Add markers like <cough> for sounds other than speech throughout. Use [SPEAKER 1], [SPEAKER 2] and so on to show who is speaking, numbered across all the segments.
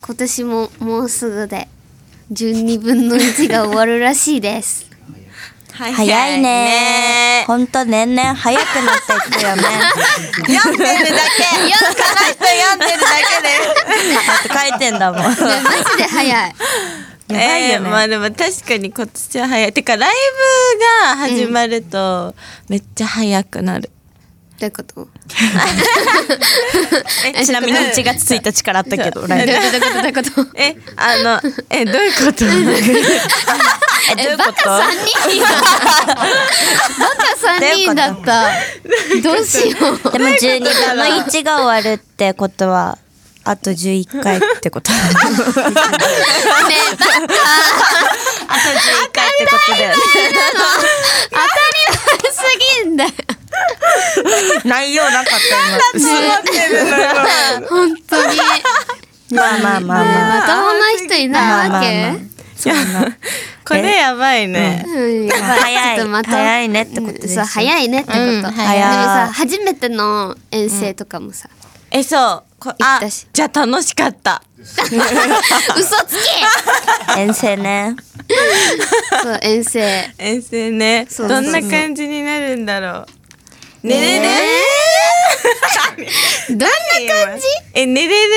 [SPEAKER 1] 今年ももうすぐで12分の1が終わるらしいです。
[SPEAKER 2] 早
[SPEAKER 3] 早いね
[SPEAKER 2] ほん
[SPEAKER 3] ほんと年々早くなっていくよね
[SPEAKER 2] 読んでるだけ。この人読んでるだけで。
[SPEAKER 3] だって書いてん
[SPEAKER 2] <laughs>
[SPEAKER 3] だもんや
[SPEAKER 1] い <laughs> やマジで早い。
[SPEAKER 3] ばいよね、
[SPEAKER 2] えーまあでも確かに今年は早い。てかライブが始まるとめっちゃ早くなる。
[SPEAKER 1] どういうことど
[SPEAKER 2] <laughs> え
[SPEAKER 3] ちなみに1月1日からあったけどライブ
[SPEAKER 1] ういうことどういうことどういうこと
[SPEAKER 2] えあのえどういう
[SPEAKER 3] <laughs>
[SPEAKER 2] こと？
[SPEAKER 3] えどういうこ
[SPEAKER 1] バカ3人やバカ3人だった。どうしよ
[SPEAKER 3] とでも12分の1が終わるってことはあと11回っ
[SPEAKER 2] <laughs>
[SPEAKER 3] てこと
[SPEAKER 1] う。ねえバカ
[SPEAKER 3] あと11回ってことだよね
[SPEAKER 1] 当たり前すぎんだよ。
[SPEAKER 3] 内容なかった
[SPEAKER 1] 本当に。ね
[SPEAKER 3] 今まあまあまあ
[SPEAKER 1] え
[SPEAKER 3] まあ
[SPEAKER 1] まともな人いないわけ、
[SPEAKER 3] まあまあまあそうな
[SPEAKER 2] これやばいね。
[SPEAKER 1] うんやば
[SPEAKER 3] 早い
[SPEAKER 1] ちょっとまと
[SPEAKER 3] 早いねってことです
[SPEAKER 1] そう早いねってこと、
[SPEAKER 2] うん
[SPEAKER 1] でも
[SPEAKER 2] 早
[SPEAKER 3] い
[SPEAKER 1] さ初めての遠征とかもさ、
[SPEAKER 2] えそうこ
[SPEAKER 1] 行
[SPEAKER 2] あ
[SPEAKER 1] ったし
[SPEAKER 2] じゃあ楽しかった。
[SPEAKER 1] 嘘つき
[SPEAKER 3] 遠征ね
[SPEAKER 1] そう遠征
[SPEAKER 2] 遠征ね
[SPEAKER 1] そうそうそう
[SPEAKER 2] どんな感じになるんだろうねれる
[SPEAKER 3] <laughs>
[SPEAKER 1] どんな感じ
[SPEAKER 2] え寝れる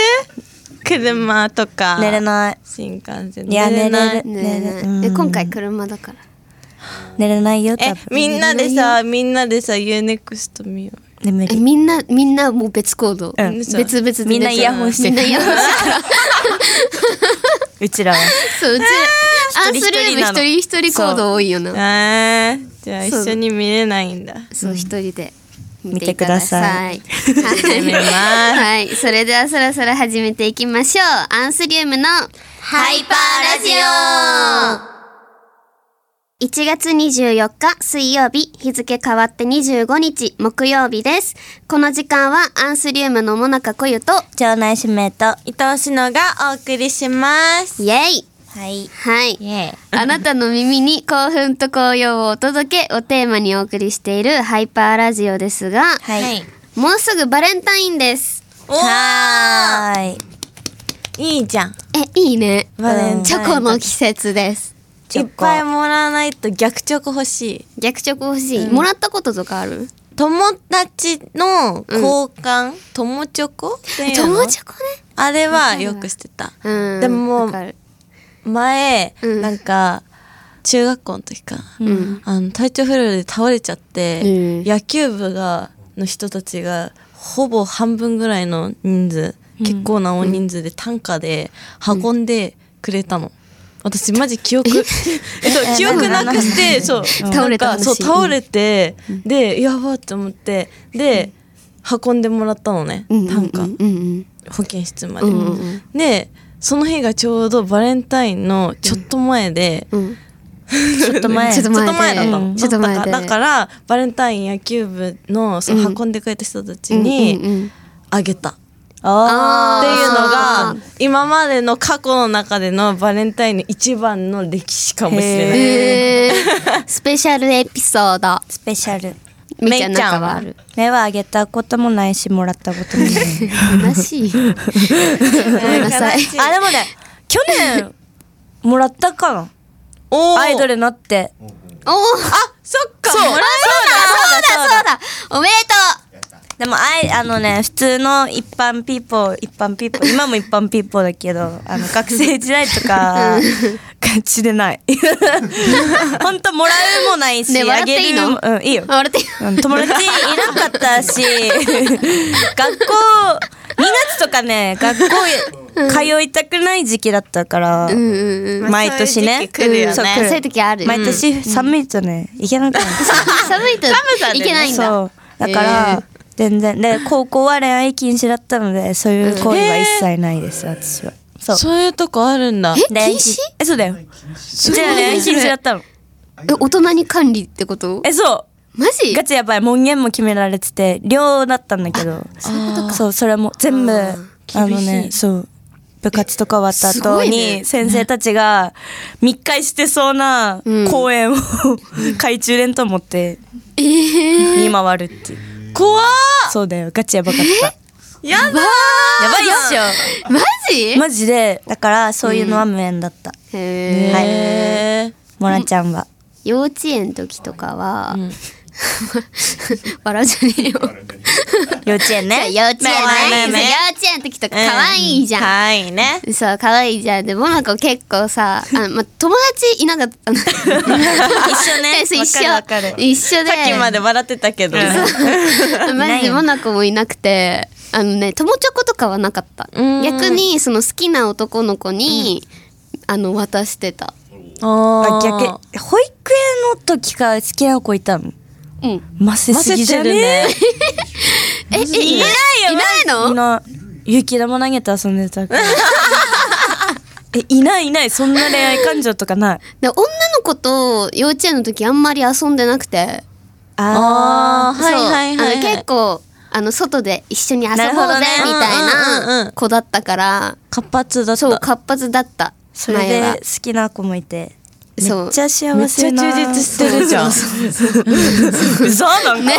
[SPEAKER 2] 車とか
[SPEAKER 3] 寝れない
[SPEAKER 2] 新幹線
[SPEAKER 3] いや
[SPEAKER 2] 寝れない
[SPEAKER 3] 寝れ
[SPEAKER 1] ね
[SPEAKER 3] る
[SPEAKER 1] えねえ
[SPEAKER 3] うん
[SPEAKER 1] え今回車だから
[SPEAKER 3] 寝れないよ多
[SPEAKER 2] え
[SPEAKER 3] 分
[SPEAKER 2] みんなでさみんなでさ UNEXT 見よ
[SPEAKER 3] 眠
[SPEAKER 1] え
[SPEAKER 3] り
[SPEAKER 1] みんなみんなもう別行動、
[SPEAKER 3] うん
[SPEAKER 1] 別々で
[SPEAKER 3] みんなイヤホンして
[SPEAKER 1] みんなイヤホンして
[SPEAKER 3] <laughs> うちらは
[SPEAKER 1] そううちアン
[SPEAKER 3] 一人
[SPEAKER 1] スリー
[SPEAKER 3] 一人
[SPEAKER 1] ム
[SPEAKER 3] なの
[SPEAKER 1] 一人一人行動多いよ
[SPEAKER 2] う
[SPEAKER 1] な
[SPEAKER 2] あーじゃあ
[SPEAKER 1] そう
[SPEAKER 2] 一緒に見れないんだ
[SPEAKER 1] そう一人で見
[SPEAKER 3] 見
[SPEAKER 1] て
[SPEAKER 3] て
[SPEAKER 1] いた
[SPEAKER 3] く
[SPEAKER 1] だ
[SPEAKER 3] だ
[SPEAKER 1] さ
[SPEAKER 3] さ
[SPEAKER 1] い。
[SPEAKER 3] い
[SPEAKER 1] はい
[SPEAKER 2] 見ます
[SPEAKER 1] はい、それではそろそろ始めていきましょう。アンスリウムのハイパーラジオ。1月24日水曜日、日付変わって25日木曜日です。この時間はアンスリウムのもなかこゆと、
[SPEAKER 3] 腸内指名とは
[SPEAKER 2] 伊藤志乃がお送りします
[SPEAKER 1] イエイ
[SPEAKER 3] い
[SPEAKER 1] はい。
[SPEAKER 3] <laughs> イエ
[SPEAKER 1] あなたの耳に興奮と紅葉をお届けをテーマにお送りしているハイパーラジオですが、
[SPEAKER 3] はい
[SPEAKER 1] もうすぐバレンタインです。
[SPEAKER 2] おー
[SPEAKER 3] はー
[SPEAKER 2] い
[SPEAKER 3] い
[SPEAKER 2] いじゃん
[SPEAKER 1] え、いいね。
[SPEAKER 2] バレンタイン
[SPEAKER 1] チョコの季節です。
[SPEAKER 3] チ
[SPEAKER 2] い
[SPEAKER 3] ョ
[SPEAKER 2] っ
[SPEAKER 3] コ
[SPEAKER 2] ぱいもらわないと逆チョコ欲しい
[SPEAKER 1] 逆チョコ欲しい。もらったこととかある
[SPEAKER 2] 友達の交換、友チョコっていうの
[SPEAKER 1] 友チョコね。
[SPEAKER 2] あれはよくしてた
[SPEAKER 1] うん。
[SPEAKER 2] でも
[SPEAKER 1] わかる
[SPEAKER 2] 前、
[SPEAKER 1] うん
[SPEAKER 2] なんか中学校の時か、
[SPEAKER 1] うん。
[SPEAKER 2] あの体調不良で倒れちゃって、
[SPEAKER 1] うん
[SPEAKER 2] 野球部がの人たちがほぼ半分ぐらいの人数、結構な大人数で単価で運んでくれたの。私マジ記憶え <laughs> そう記憶なくしてそう
[SPEAKER 1] 倒れた
[SPEAKER 2] なんか
[SPEAKER 1] 話
[SPEAKER 2] そう倒れてでやばって思ってで運んでもらったのね
[SPEAKER 1] うん。
[SPEAKER 2] 単価
[SPEAKER 1] うんうん。
[SPEAKER 2] 保健室ま
[SPEAKER 1] う
[SPEAKER 2] で
[SPEAKER 1] んうん
[SPEAKER 2] でその日がちょうどバレンタインのちょっと前で、
[SPEAKER 1] うん。
[SPEAKER 3] ちょっと前
[SPEAKER 1] ちょっと
[SPEAKER 2] ちょっと
[SPEAKER 1] 前
[SPEAKER 2] 前だったの、
[SPEAKER 1] で。ちょっと前で。
[SPEAKER 2] だからだからバレンタイン野球部のその
[SPEAKER 1] うん
[SPEAKER 2] 運んでくれた人たち
[SPEAKER 1] うんうんうん、
[SPEAKER 2] にあげた、
[SPEAKER 3] あ
[SPEAKER 2] っていうの
[SPEAKER 1] あ
[SPEAKER 2] が
[SPEAKER 1] ー
[SPEAKER 2] 今までの過去の中でのバレンタインの一番の歴史かもしれない
[SPEAKER 1] へースペシャルエピソード。
[SPEAKER 3] ースペシャル
[SPEAKER 1] めちゃん
[SPEAKER 2] めいちゃ
[SPEAKER 1] 中
[SPEAKER 2] んは
[SPEAKER 1] はある。
[SPEAKER 3] 目はあげたこともないしもらったこともない
[SPEAKER 1] 悲しい。 <laughs> ごめんな
[SPEAKER 2] <laughs>
[SPEAKER 1] さい。
[SPEAKER 3] あでもね去年もらったかな
[SPEAKER 2] おー
[SPEAKER 3] アイドルになって
[SPEAKER 1] おー
[SPEAKER 2] あそっかもらっ
[SPEAKER 1] そうだそうだおめでと
[SPEAKER 3] でもあいあのね普通の一般ピーポー一般ピーポ
[SPEAKER 1] <laughs>
[SPEAKER 3] ー今も一般ピーポーだけどあの学生時代と
[SPEAKER 1] <laughs>
[SPEAKER 3] か感じでないほんともらうもないし、
[SPEAKER 1] ね笑
[SPEAKER 3] あ
[SPEAKER 1] って
[SPEAKER 3] げ
[SPEAKER 1] いい
[SPEAKER 3] る
[SPEAKER 1] の
[SPEAKER 3] もうんいいよ
[SPEAKER 1] うあれて
[SPEAKER 3] うん友達いなかったし学校2月とかね学校通いたくない時期だったから、
[SPEAKER 1] うんうんう
[SPEAKER 2] <laughs>
[SPEAKER 1] ん。
[SPEAKER 3] 毎年
[SPEAKER 2] そういう時
[SPEAKER 3] ね
[SPEAKER 2] 期来るよね
[SPEAKER 1] そう来るそういう時ある。
[SPEAKER 3] 毎年寒いとね行けなかっ
[SPEAKER 1] 寒いと
[SPEAKER 2] さでね
[SPEAKER 1] いけな
[SPEAKER 3] た、
[SPEAKER 1] いんだ。
[SPEAKER 3] そうだから、全然で高校は恋愛禁止だったのでそういう行為は一切ないです、私はそ
[SPEAKER 2] た
[SPEAKER 3] う
[SPEAKER 2] そういうとこあるんだ
[SPEAKER 3] 恋愛
[SPEAKER 1] 禁止
[SPEAKER 3] えそうだよじゃあ恋愛禁止だったの
[SPEAKER 1] え大人に管理ってこと？
[SPEAKER 3] えそう
[SPEAKER 1] マジ
[SPEAKER 3] ガ？チやばい門限も決められてて寮だったんだけどそうそれも全部あのねそう部活とか終わった
[SPEAKER 1] すご
[SPEAKER 3] 後
[SPEAKER 1] いね
[SPEAKER 3] に先生たちが密会してそうな
[SPEAKER 1] うん
[SPEAKER 3] 公演を <laughs> 懐中電灯持って
[SPEAKER 1] ええ
[SPEAKER 3] 見回るっていう
[SPEAKER 2] 怖っ
[SPEAKER 3] そうだよガチやばかった
[SPEAKER 2] やだー
[SPEAKER 3] やばいっし
[SPEAKER 1] マジ
[SPEAKER 3] ょマジでだからそういうのは無縁だった、
[SPEAKER 1] へえ。
[SPEAKER 2] へ
[SPEAKER 3] モラちゃんは
[SPEAKER 1] 幼稚園の時とかは、 <laughs> 笑うじゃねえよ。
[SPEAKER 3] 幼稚園ね
[SPEAKER 1] 幼稚園ね。そう幼稚
[SPEAKER 3] ね
[SPEAKER 1] 園の時とか可愛いじゃん。
[SPEAKER 3] 可愛いね
[SPEAKER 1] そう可愛いじゃんでもなんか結構さあま友達いなかったの
[SPEAKER 3] 一緒ね
[SPEAKER 1] <laughs> そう一緒
[SPEAKER 3] わかるわかる
[SPEAKER 1] 一緒で
[SPEAKER 2] さっきまで笑ってたけど、 <laughs>
[SPEAKER 1] マジでモナコもいなくてあのね友チョコとかはなかった
[SPEAKER 2] うん
[SPEAKER 1] 逆にその好きな男の子に、あの渡してた
[SPEAKER 2] あ
[SPEAKER 3] あ逆
[SPEAKER 2] ー
[SPEAKER 3] 保育園の時から付き合う子いたの
[SPEAKER 1] うん
[SPEAKER 3] マセ
[SPEAKER 2] 混
[SPEAKER 3] すぎじ
[SPEAKER 2] ぜ
[SPEAKER 3] ゃ
[SPEAKER 2] てるね
[SPEAKER 3] ね
[SPEAKER 1] ええいないよいないの
[SPEAKER 3] いない雪玉投げて遊んでた
[SPEAKER 2] <laughs>
[SPEAKER 3] えいないいないそんな恋愛感情とかない
[SPEAKER 1] で女の子と幼稚園の時あんまり遊んでなくて
[SPEAKER 2] あー
[SPEAKER 1] そう
[SPEAKER 2] はいはいはい
[SPEAKER 1] あの結構あの外で一緒に遊ぼうぜみ
[SPEAKER 3] なるほどね
[SPEAKER 1] たい
[SPEAKER 2] うんうんうん
[SPEAKER 1] な子だったから
[SPEAKER 2] 活発だった
[SPEAKER 1] そう活発だった
[SPEAKER 3] それ
[SPEAKER 1] 前
[SPEAKER 3] で
[SPEAKER 1] は
[SPEAKER 3] 好きな子もいてめっ
[SPEAKER 1] そう
[SPEAKER 3] ちゃ幸せな
[SPEAKER 2] めっちゃ充実してるじゃん
[SPEAKER 3] <laughs> 嘘なんか、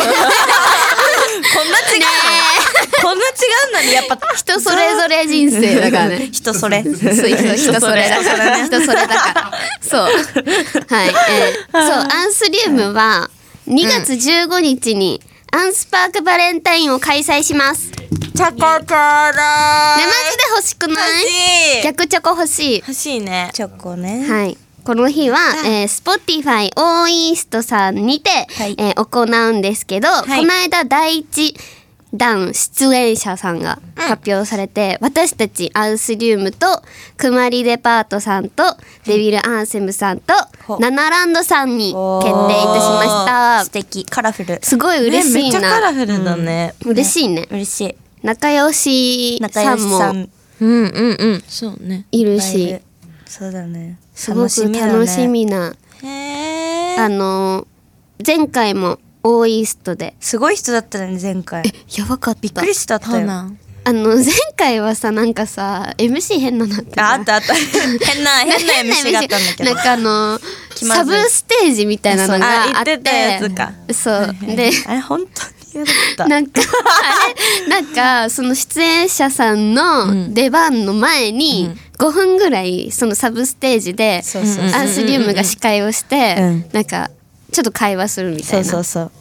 [SPEAKER 3] こんな違う、こんな違うのにやっぱ
[SPEAKER 2] <laughs>
[SPEAKER 1] 人それぞれ <laughs> 人生だからね
[SPEAKER 3] 人それ
[SPEAKER 1] そうそう人それだから人それだからそうはい、え <laughs> ーそうアンスリウムは2月15日にアンスパークバレンタインを開催しますね
[SPEAKER 3] チャコから
[SPEAKER 1] マジで欲しくない
[SPEAKER 2] 欲しい
[SPEAKER 1] 逆チョコ欲しい
[SPEAKER 2] 欲しいね
[SPEAKER 3] チョコね、
[SPEAKER 1] はい。この日は、えー、Spotify オーイーストさんにて、
[SPEAKER 3] い
[SPEAKER 1] えー行うんですけど、
[SPEAKER 2] い
[SPEAKER 1] この間第一弾出演者さんが発表されて、私たちアウスリウムとくまりデパートさんとデビルアンセムさんと
[SPEAKER 3] ほう
[SPEAKER 1] ナナランドさんに決定いたしま
[SPEAKER 3] 素
[SPEAKER 1] した。
[SPEAKER 3] 敵カラフル
[SPEAKER 1] すごい嬉し
[SPEAKER 2] ねめ
[SPEAKER 1] い
[SPEAKER 2] っちゃカ
[SPEAKER 1] な。
[SPEAKER 2] ラフルだね、
[SPEAKER 1] 嬉しいね。
[SPEAKER 3] 嬉しい
[SPEAKER 1] 仲良し
[SPEAKER 3] 仲
[SPEAKER 1] さ
[SPEAKER 3] 良
[SPEAKER 1] ん
[SPEAKER 3] し
[SPEAKER 1] も
[SPEAKER 3] さん
[SPEAKER 2] うん、うんうんそうね
[SPEAKER 1] いる
[SPEAKER 3] だい
[SPEAKER 1] し
[SPEAKER 3] ぶ、そうだね
[SPEAKER 1] すごく楽しみな。
[SPEAKER 3] へえ
[SPEAKER 1] あのー前回もオーイーストです
[SPEAKER 3] ごい人だったね前回
[SPEAKER 1] やばかった
[SPEAKER 3] びっくりしたった
[SPEAKER 2] そう
[SPEAKER 3] よ
[SPEAKER 2] な
[SPEAKER 3] あ
[SPEAKER 2] ん
[SPEAKER 1] あの前回はさなんかさ MC 変ななって
[SPEAKER 3] あったあった
[SPEAKER 1] <laughs>
[SPEAKER 3] 変な変な MC があったんだけど
[SPEAKER 1] なんかあの
[SPEAKER 3] 気ま
[SPEAKER 1] サ
[SPEAKER 3] ず
[SPEAKER 1] ブ
[SPEAKER 3] い
[SPEAKER 1] ステージみたいなのがあって
[SPEAKER 3] あ言ってたやつか
[SPEAKER 1] そうで
[SPEAKER 3] あれ本当に嫌だった
[SPEAKER 1] なんかあれなんかその出演者さんの出番の前に5分ぐらいそのサブステージで
[SPEAKER 3] そうそう
[SPEAKER 1] アンスリウムが司会をして
[SPEAKER 3] うん
[SPEAKER 1] なんかちょっと会話するみた
[SPEAKER 3] そ
[SPEAKER 1] いうな
[SPEAKER 3] そうそう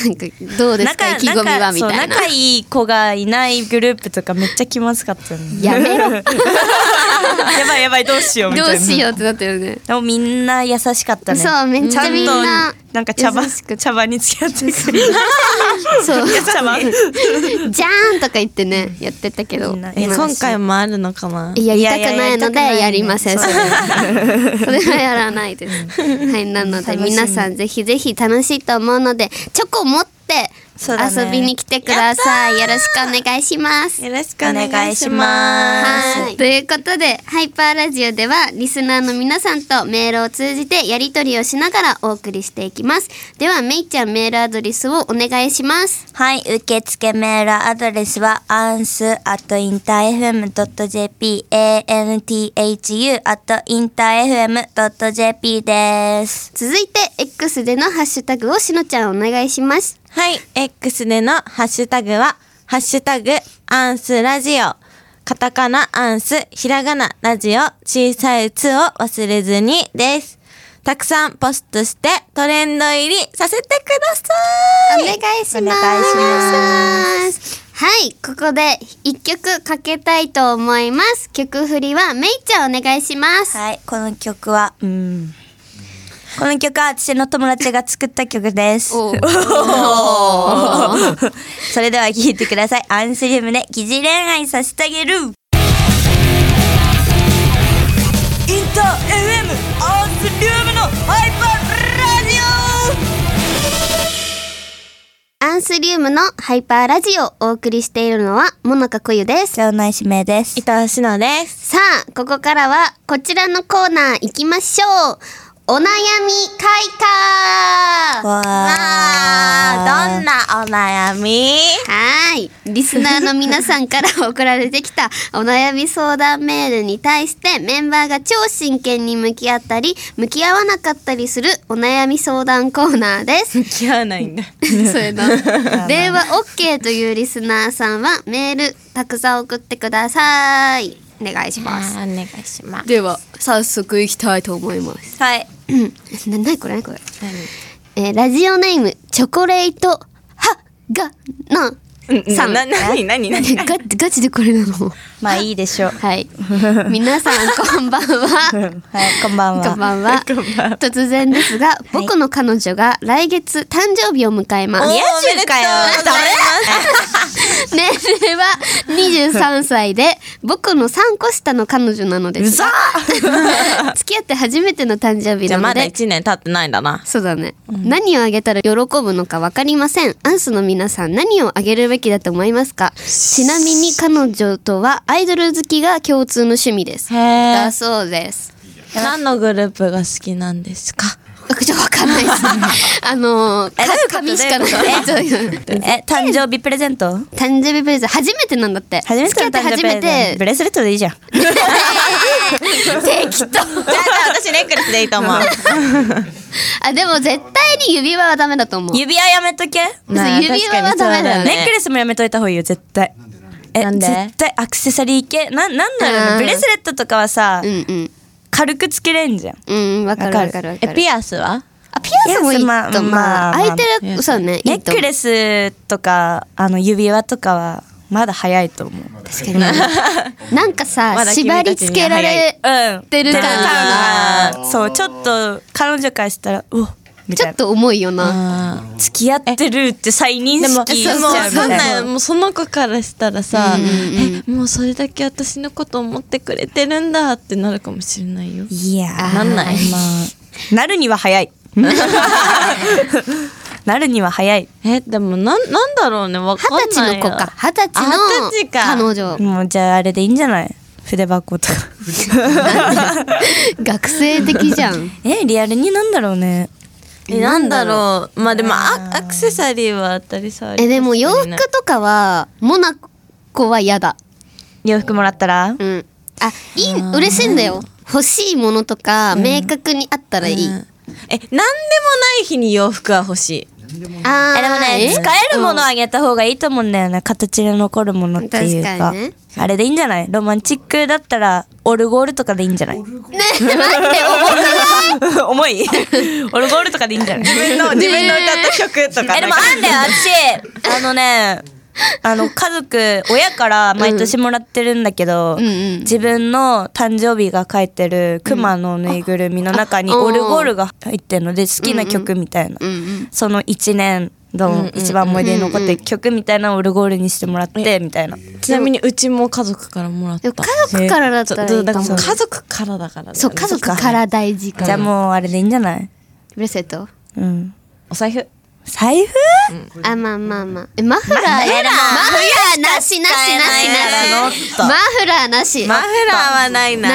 [SPEAKER 1] なんかどうですか意気込みはみたいな
[SPEAKER 3] そう仲いい子がいないグループとかめっちゃ気まずかったよね
[SPEAKER 1] やめろ
[SPEAKER 3] やばいやばいどうしようみたい
[SPEAKER 1] ど
[SPEAKER 3] な
[SPEAKER 1] うしようってなってるね。
[SPEAKER 3] でもみんな優しかったね
[SPEAKER 1] そうめっちゃみんな
[SPEAKER 3] ちゃんとなんか茶番
[SPEAKER 1] 優しくて
[SPEAKER 3] 茶番に付き合ってくれる <laughs>
[SPEAKER 1] そう。
[SPEAKER 3] 茶番
[SPEAKER 1] じゃーんとか言ってね、やってたけど。
[SPEAKER 3] みんな
[SPEAKER 2] え
[SPEAKER 3] 優しい
[SPEAKER 2] 今回もあるのかない
[SPEAKER 1] やりたくないの
[SPEAKER 3] いやいややりたくない
[SPEAKER 1] で
[SPEAKER 3] ね
[SPEAKER 1] やりませんそれはそれはやらないですはいなので
[SPEAKER 3] 楽しみ
[SPEAKER 1] 皆さんぜひぜひ楽しいと思うのでチョコ持って
[SPEAKER 3] そうだね
[SPEAKER 1] 遊びに来てください、よろしくお願いします
[SPEAKER 2] よろしく
[SPEAKER 3] お願いします
[SPEAKER 1] はいということでハイパーラジオではリスナーの皆さんとメールを通じてやり取りをしながらお送りしていきますではめいちゃんメールアドレスをお願いします
[SPEAKER 3] はい、受付メールアドレスは、アンスアットインター FM.jp、anthu アットインター FM.jp です。
[SPEAKER 1] 続いて X でのハッシュタグをしのちゃんお願いします
[SPEAKER 2] はい X でのハッシュタグは「ハッシュタグアンスラジオ」カタカナアンスひらがなラジオ小さい「つ」を忘れずにですたくさんポストしてトレンド入りさせてくださ
[SPEAKER 1] お
[SPEAKER 2] い
[SPEAKER 1] 願いします。
[SPEAKER 3] お願いし
[SPEAKER 1] はい、ここで一曲かけたいと思います。曲振りはめいちゃんお願いします。
[SPEAKER 3] はい、この曲は、うん。この曲は私の友達が作った曲です。
[SPEAKER 1] おう
[SPEAKER 3] それでは聴いてください。アンスリウムで疑似恋愛させてあげる。インター FM アンスリウムのハイパーラジオ
[SPEAKER 1] アンスリウムのハイパーラジオをお送りしているのはもなかこゆです。
[SPEAKER 3] 場内指名です。
[SPEAKER 2] 伊藤しのです
[SPEAKER 1] さあ、ここからはこちらのコーナー行きましょう。お悩み開花
[SPEAKER 3] わあ、どんなお悩み
[SPEAKER 1] はーい。リスナーの皆さんから送られてきた <laughs> お悩み相談メールに対してメンバーが超真剣に向き合ったり、向き合わなかったりするお悩み相談コーナー <laughs> です。
[SPEAKER 2] 向き合わないんだ。
[SPEAKER 1] そういうの。電話 OK というリスナーさんはメールたくさん送ってください。お願いします。
[SPEAKER 3] お願いします。
[SPEAKER 1] では、早速行きたいと思います。
[SPEAKER 3] はい。
[SPEAKER 1] うん。な、なにこれなにこれ。えーラジオネーム、チョコレート、は、が、な、さん。
[SPEAKER 2] な、なになにな
[SPEAKER 1] <laughs>
[SPEAKER 2] に
[SPEAKER 1] ガガチでこれなの
[SPEAKER 3] まあいいでしょう。
[SPEAKER 1] はい皆さんこんばんは
[SPEAKER 3] はい、こんばんは。
[SPEAKER 1] こんばんは
[SPEAKER 2] <laughs> こんばんは
[SPEAKER 1] 突然ですが、僕の彼女が来月誕生日を迎えます
[SPEAKER 3] 宮中かよ。
[SPEAKER 1] <laughs> 年齢は23歳で僕の3個下の彼女なのですが <laughs> 付き合って初めての誕生日
[SPEAKER 2] じ
[SPEAKER 1] な
[SPEAKER 2] ゃあ
[SPEAKER 1] の
[SPEAKER 2] まだ
[SPEAKER 1] で
[SPEAKER 2] 一年経ってないんだな。
[SPEAKER 1] そうだね、何をあげたら喜ぶのかわかりませんアンスの皆さん何をあげるべきだと思いますかちなみに彼女とはアイドル好きが共通の趣味です
[SPEAKER 2] へえ
[SPEAKER 1] だ。そうです。
[SPEAKER 2] 何のグループが好きなんですか。
[SPEAKER 1] あちょっとわかんないですね。
[SPEAKER 3] <laughs>
[SPEAKER 1] あのー、か紙しかない。
[SPEAKER 3] え、誕生日プレゼント
[SPEAKER 1] 誕生日プレゼント初めてなんだって。
[SPEAKER 3] 初めて
[SPEAKER 1] 付き合って初めて。
[SPEAKER 3] ブレスレットでいいじゃん。じ <laughs>
[SPEAKER 1] 適当。
[SPEAKER 3] ゃあ私ネックレスでいい
[SPEAKER 2] <laughs>
[SPEAKER 3] と思う。
[SPEAKER 1] あでも絶対に指輪はダメだと思う。
[SPEAKER 3] 指輪やめとけ。
[SPEAKER 1] そう指輪はダメだよ
[SPEAKER 3] ネック
[SPEAKER 1] ね。
[SPEAKER 3] レスもやめといた方がいいよ、絶対。え、
[SPEAKER 2] なんで
[SPEAKER 3] 絶対アクセサリー系。なん、なんだろう
[SPEAKER 1] うん
[SPEAKER 3] ね。ブレスレットとかはさ
[SPEAKER 1] う、んうん
[SPEAKER 3] 軽くつけれんじゃん。
[SPEAKER 1] うんわかるわかるわかる。
[SPEAKER 2] え、ピアスは。
[SPEAKER 1] あピアスもいいと
[SPEAKER 3] まあ
[SPEAKER 1] 思う。
[SPEAKER 3] まあ
[SPEAKER 1] 開いて
[SPEAKER 2] ま
[SPEAKER 1] る
[SPEAKER 2] あ
[SPEAKER 1] そうね。
[SPEAKER 3] ネックレ
[SPEAKER 1] ス。
[SPEAKER 3] スとか、あの、指輪とかは、まだ早いと思う。確か
[SPEAKER 1] <laughs>
[SPEAKER 3] に。
[SPEAKER 1] なんかさ
[SPEAKER 2] まだ君
[SPEAKER 1] 縛
[SPEAKER 2] たちに
[SPEAKER 1] り付けられ
[SPEAKER 3] うん。
[SPEAKER 1] てる感
[SPEAKER 3] あ
[SPEAKER 1] が
[SPEAKER 3] ーそう、ちょっと、彼女からしたら、うおみ
[SPEAKER 1] ち
[SPEAKER 3] た
[SPEAKER 1] ょ
[SPEAKER 3] いな
[SPEAKER 1] っ。と重いよな。
[SPEAKER 2] ああ。
[SPEAKER 3] 付き合ってるって再認
[SPEAKER 2] でも、
[SPEAKER 3] 識しち
[SPEAKER 2] で
[SPEAKER 3] ゃう
[SPEAKER 2] も、わ
[SPEAKER 3] みた
[SPEAKER 2] かん
[SPEAKER 3] い
[SPEAKER 2] な、
[SPEAKER 3] ない
[SPEAKER 2] もうその子からしたらさ、え、もうそれだけ私のこと思ってくれてるんだってなるかもしれないよ。
[SPEAKER 3] いやー
[SPEAKER 2] なんない
[SPEAKER 3] まあなるには早 <laughs> いなるには早い
[SPEAKER 2] え、でも、なん、なんだろうね、わかん
[SPEAKER 1] 二
[SPEAKER 2] ない。
[SPEAKER 1] 十歳の子か。。二十歳
[SPEAKER 2] あ
[SPEAKER 1] の
[SPEAKER 2] 二十歳か
[SPEAKER 1] 彼女。
[SPEAKER 3] もうじゃああれでいいんじゃない筆箱とか
[SPEAKER 1] 学生的じゃん。
[SPEAKER 3] えリアルになんだろうね
[SPEAKER 2] え、なんだろう。まあ、でも、アアクセサリーは当たり障り。
[SPEAKER 1] えでも洋服とかはモナコは嫌だ。
[SPEAKER 3] 洋服もらったら
[SPEAKER 1] うん。あいい嬉しいんだよ。欲しいものとか明確にあったらいい。
[SPEAKER 2] うんえ、なんでもない日に洋服は欲しい。
[SPEAKER 1] あー
[SPEAKER 3] えでもね
[SPEAKER 1] <laughs>
[SPEAKER 3] 使えるものあげた方がいいと思うんだよね形に残るものっていう
[SPEAKER 1] 確か
[SPEAKER 3] か
[SPEAKER 1] にね
[SPEAKER 3] あれでいいんじゃないロマンチックだったらオルゴールとかでいいん <laughs> じゃない
[SPEAKER 1] ね待って
[SPEAKER 3] 重 <laughs> いオルゴールとかでいいんじゃな
[SPEAKER 2] <laughs>
[SPEAKER 3] い
[SPEAKER 2] 自分の、自分の歌った曲と
[SPEAKER 3] えでもあんだよ私あのねあの家族親から毎年もらってるんだけど、
[SPEAKER 1] んうん
[SPEAKER 3] 自分の誕生日が書いてるクマのぬいぐるみの中に
[SPEAKER 1] うんあ
[SPEAKER 3] オルゴールが入ってるので好きな曲みたいな、
[SPEAKER 1] うんうん。
[SPEAKER 3] その1年の一番思い出に残ってる曲みたいなのをオルゴールにしてもらってみたいな、
[SPEAKER 2] ちなみにうちも家族からもらっ
[SPEAKER 1] で
[SPEAKER 2] た。
[SPEAKER 1] も家族からだったらいいかも。
[SPEAKER 2] そうだから家族からだから、ね。
[SPEAKER 1] そう家族から大事か
[SPEAKER 3] じゃあ
[SPEAKER 1] ら。
[SPEAKER 3] もうあれでいいんじゃない
[SPEAKER 1] ブレスレット。
[SPEAKER 3] うん
[SPEAKER 2] お財布。
[SPEAKER 3] 財布
[SPEAKER 1] あまあまあまあ。えマフラーマフラーなしなしなしなし。
[SPEAKER 3] な
[SPEAKER 1] マ
[SPEAKER 3] いな
[SPEAKER 1] フラーなし。
[SPEAKER 2] マ
[SPEAKER 1] ない
[SPEAKER 2] フラーはないな。
[SPEAKER 1] な。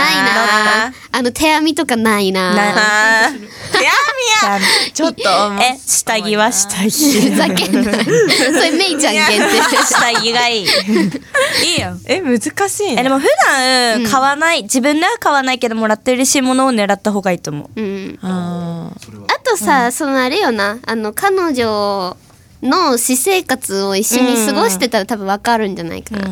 [SPEAKER 1] あの手編みとかないな。
[SPEAKER 3] <laughs>
[SPEAKER 2] い
[SPEAKER 3] な
[SPEAKER 2] やみや。ちょっと重
[SPEAKER 3] え下着は下着
[SPEAKER 1] ふざけんな。それメイちゃん限定。
[SPEAKER 3] 下着
[SPEAKER 2] <laughs>
[SPEAKER 3] がいいいいよ
[SPEAKER 2] え難しい
[SPEAKER 3] えで
[SPEAKER 2] ね。
[SPEAKER 3] も普段買わない、自分では買わないけどもらって嬉しいものを狙った方がいいと思
[SPEAKER 1] う
[SPEAKER 3] う
[SPEAKER 1] ん。
[SPEAKER 2] あ
[SPEAKER 1] あとさ、そのあれよなあの彼女の私生活を一緒に過ごしてたら多分わかるんじゃないかな、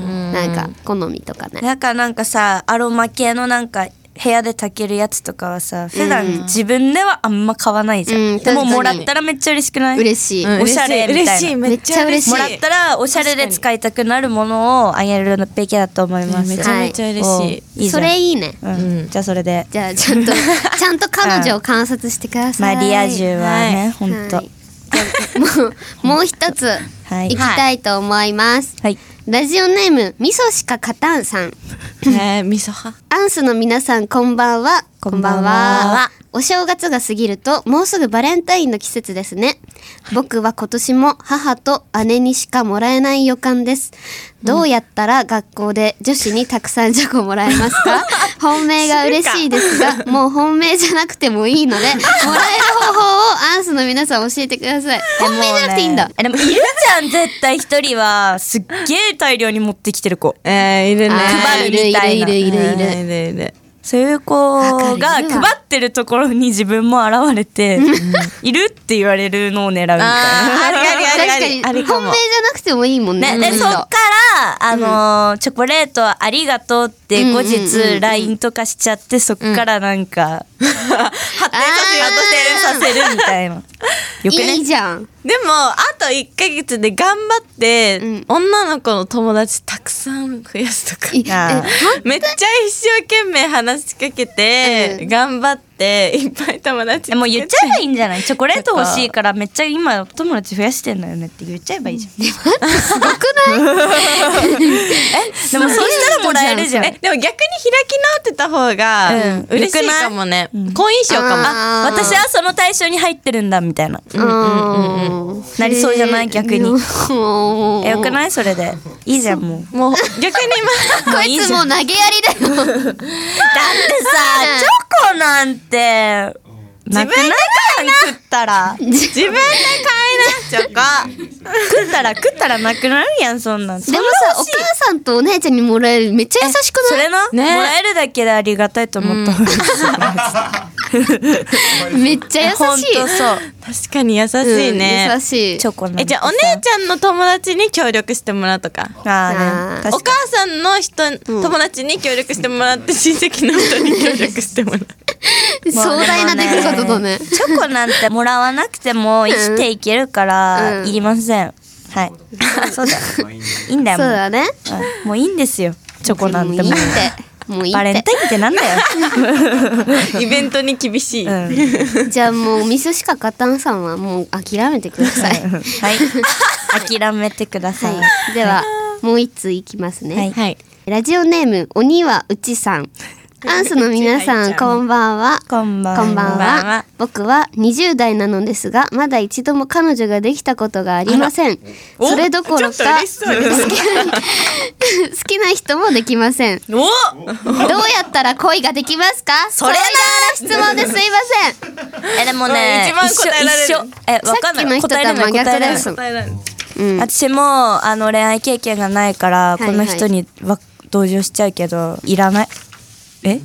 [SPEAKER 1] なんか好みとかね、
[SPEAKER 3] だからなんかさアロマ系のなんか部屋で炊けるやつとかはさ普段自分ではあんま買わないじゃん、
[SPEAKER 1] うん
[SPEAKER 3] で
[SPEAKER 1] 確
[SPEAKER 3] も
[SPEAKER 1] かに
[SPEAKER 3] もらったらめっちゃ嬉しくない
[SPEAKER 1] 嬉しい、
[SPEAKER 2] ー。
[SPEAKER 3] おしゃれみたいな
[SPEAKER 2] 嬉しい。めっちゃ嬉しい。
[SPEAKER 3] もらったらおしゃれで使いたくなるものをあげるべきだと思います、
[SPEAKER 2] めちゃめちゃ嬉しい。
[SPEAKER 3] おいいじゃ
[SPEAKER 1] そ
[SPEAKER 3] ん
[SPEAKER 1] れいいね
[SPEAKER 3] うんじゃあそれで
[SPEAKER 1] じゃあち
[SPEAKER 3] <laughs>
[SPEAKER 1] ゃんとちゃんと彼女を観察してくださ
[SPEAKER 3] まあ
[SPEAKER 1] い、
[SPEAKER 3] リア充はね、ほんと
[SPEAKER 1] はいじゃあもうもう一つ <laughs>
[SPEAKER 3] は
[SPEAKER 1] 行
[SPEAKER 3] い
[SPEAKER 1] きたいと思います、
[SPEAKER 3] はい
[SPEAKER 1] ラジオネームみそしか勝たんさん
[SPEAKER 2] えー、みそは。
[SPEAKER 1] アンスの皆さんこんばんは。こ
[SPEAKER 2] んばんは。
[SPEAKER 1] お正月が過ぎるともうすぐバレンタインの季節ですね。僕は今年も母と姉にしかもらえない予感です。どうやったら学校で女子にたくさんチョコもらえます
[SPEAKER 2] <laughs>
[SPEAKER 1] か本命が嬉しいですが、もう本命じゃなくてもい
[SPEAKER 2] <laughs>
[SPEAKER 1] いので、もらえる方法をアンスの皆さん教えてください。本命じゃなくていいんだ。
[SPEAKER 3] えでもいるじゃん絶対一人はすっげえ大量に持ってきてる子
[SPEAKER 2] えー、いるね。
[SPEAKER 1] あー
[SPEAKER 3] 配るみたいない
[SPEAKER 1] るいるいるいる。
[SPEAKER 2] えーいるいる。
[SPEAKER 3] そういう子が
[SPEAKER 1] わか
[SPEAKER 3] 配
[SPEAKER 1] るわ
[SPEAKER 3] ってるところに自分も現れているって言われるのを狙うみたいな
[SPEAKER 2] ありありあ
[SPEAKER 1] 確
[SPEAKER 2] り
[SPEAKER 1] か
[SPEAKER 2] あり
[SPEAKER 1] に
[SPEAKER 2] あ
[SPEAKER 1] 本
[SPEAKER 2] り
[SPEAKER 1] 命じ
[SPEAKER 2] か
[SPEAKER 1] ゃ
[SPEAKER 2] も
[SPEAKER 1] なくてもいいもんね。
[SPEAKER 3] ね、で
[SPEAKER 1] うん
[SPEAKER 3] そっから、あのーチョコレートありがとうっ
[SPEAKER 1] う
[SPEAKER 3] て後
[SPEAKER 1] んうんうんう
[SPEAKER 3] 日
[SPEAKER 1] ん
[SPEAKER 3] LINE とかしちゃってそっからなんか、発展させようとしてさせるみたいな。よくね
[SPEAKER 1] いいじゃん。
[SPEAKER 2] でもあと1ヶ月で頑張って、
[SPEAKER 1] うん
[SPEAKER 2] 女の子の友達たくさん増やすとか
[SPEAKER 1] い
[SPEAKER 3] あ
[SPEAKER 1] え
[SPEAKER 2] めっちゃ一生懸命話しかけて、
[SPEAKER 1] うん
[SPEAKER 2] 頑張っていっぱい友達
[SPEAKER 3] えもう言っちゃえばいいんじゃないチョコレート欲しいからめっちゃ今お友達増やしてんだよねって言っちゃえばいいじゃん。です
[SPEAKER 1] ごくない
[SPEAKER 3] でもそうしたらもらえるじゃん。
[SPEAKER 2] えでも逆に開き直ってた方が
[SPEAKER 3] うん
[SPEAKER 2] 嬉しい
[SPEAKER 3] よくない
[SPEAKER 2] かもね、好印象かも
[SPEAKER 1] あー
[SPEAKER 3] あ私はその対象に入ってるんだみたいな。
[SPEAKER 1] うん
[SPEAKER 3] なりそうじゃない逆にえよく
[SPEAKER 1] い
[SPEAKER 3] ないそれで。いいじゃんもう。
[SPEAKER 2] もう逆にま
[SPEAKER 1] こいつもう投げやりだよ。
[SPEAKER 3] だってさ、チョコなんて、なくないじゃん食ったら。
[SPEAKER 2] 自分で買いなチョコ
[SPEAKER 3] 食ったら、食ったらなくなるやん、そんなん。
[SPEAKER 1] でもさ、お母さんとお姉ちゃんにもらえるめっちゃ優しく
[SPEAKER 3] そ
[SPEAKER 1] ない
[SPEAKER 3] れな、
[SPEAKER 2] ね
[SPEAKER 3] もらえるだけでありがたいと思った方がいい。
[SPEAKER 1] めっちゃ優し
[SPEAKER 3] ほんと
[SPEAKER 1] い。
[SPEAKER 3] そう。
[SPEAKER 2] 確かに優しいね
[SPEAKER 1] うん、優しい。
[SPEAKER 3] チョコなんて
[SPEAKER 2] えじゃあお姉ちゃんの友達に協力してもらうとか
[SPEAKER 3] あーね。
[SPEAKER 2] お
[SPEAKER 3] 確か
[SPEAKER 2] 母さんの人、友達に協力してもらって親戚の人に協力してもらう
[SPEAKER 1] 壮大な出来事だね
[SPEAKER 3] もうでも。 <laughs> チョコなんてもらわなくても生きていけるから、
[SPEAKER 1] うん
[SPEAKER 3] いりません。はい。 <laughs> そうだ。いいんだ
[SPEAKER 1] そう
[SPEAKER 3] よ、もう
[SPEAKER 1] だね。
[SPEAKER 3] うん。もういいんですよ。チョコな
[SPEAKER 1] もうんい
[SPEAKER 3] て
[SPEAKER 1] い
[SPEAKER 3] も
[SPEAKER 1] っ
[SPEAKER 3] う。
[SPEAKER 1] て。もういい
[SPEAKER 3] バレ
[SPEAKER 1] っ
[SPEAKER 3] ンタインってなんだよ。
[SPEAKER 2] イベントに厳しい、
[SPEAKER 3] うん
[SPEAKER 1] て。じゃあもうミスしか勝たんさんはもう諦めてください。は
[SPEAKER 3] <laughs> はい。諦めてください。
[SPEAKER 1] い。では、もう一通いきますね。
[SPEAKER 3] はい
[SPEAKER 2] はい
[SPEAKER 1] ラジオネーム鬼はうち
[SPEAKER 2] <laughs>
[SPEAKER 1] さん。アンスの皆さ
[SPEAKER 2] うちはい
[SPEAKER 1] ん
[SPEAKER 2] ちゃん
[SPEAKER 1] こんばんは。
[SPEAKER 3] こんばんは
[SPEAKER 1] こんばん
[SPEAKER 2] こんばん
[SPEAKER 1] は
[SPEAKER 2] は。
[SPEAKER 1] 僕は20代なのですが、まだ一度も彼女ができたことがありません。
[SPEAKER 2] お
[SPEAKER 1] それどころ
[SPEAKER 2] ちょっと
[SPEAKER 1] か、好
[SPEAKER 2] 嬉しそうで
[SPEAKER 1] <laughs> き好きな人もできま
[SPEAKER 2] <laughs>
[SPEAKER 1] せん。
[SPEAKER 2] お
[SPEAKER 1] どうやったら恋ができますかそ
[SPEAKER 3] れな
[SPEAKER 1] それなら質問ですいません。
[SPEAKER 3] えでもね、
[SPEAKER 2] うん一
[SPEAKER 3] 一緒
[SPEAKER 2] 番答えられる
[SPEAKER 3] 一緒えわかんな
[SPEAKER 1] さ
[SPEAKER 3] い
[SPEAKER 1] っきの人とは
[SPEAKER 3] 答えられない
[SPEAKER 1] 真逆
[SPEAKER 3] 答えられ
[SPEAKER 1] で
[SPEAKER 3] ない
[SPEAKER 1] す
[SPEAKER 2] 答えられない
[SPEAKER 1] うん
[SPEAKER 3] 私もあの恋愛経験がないから、
[SPEAKER 1] いはい
[SPEAKER 3] この人にわ同情しちゃうけどいらないえ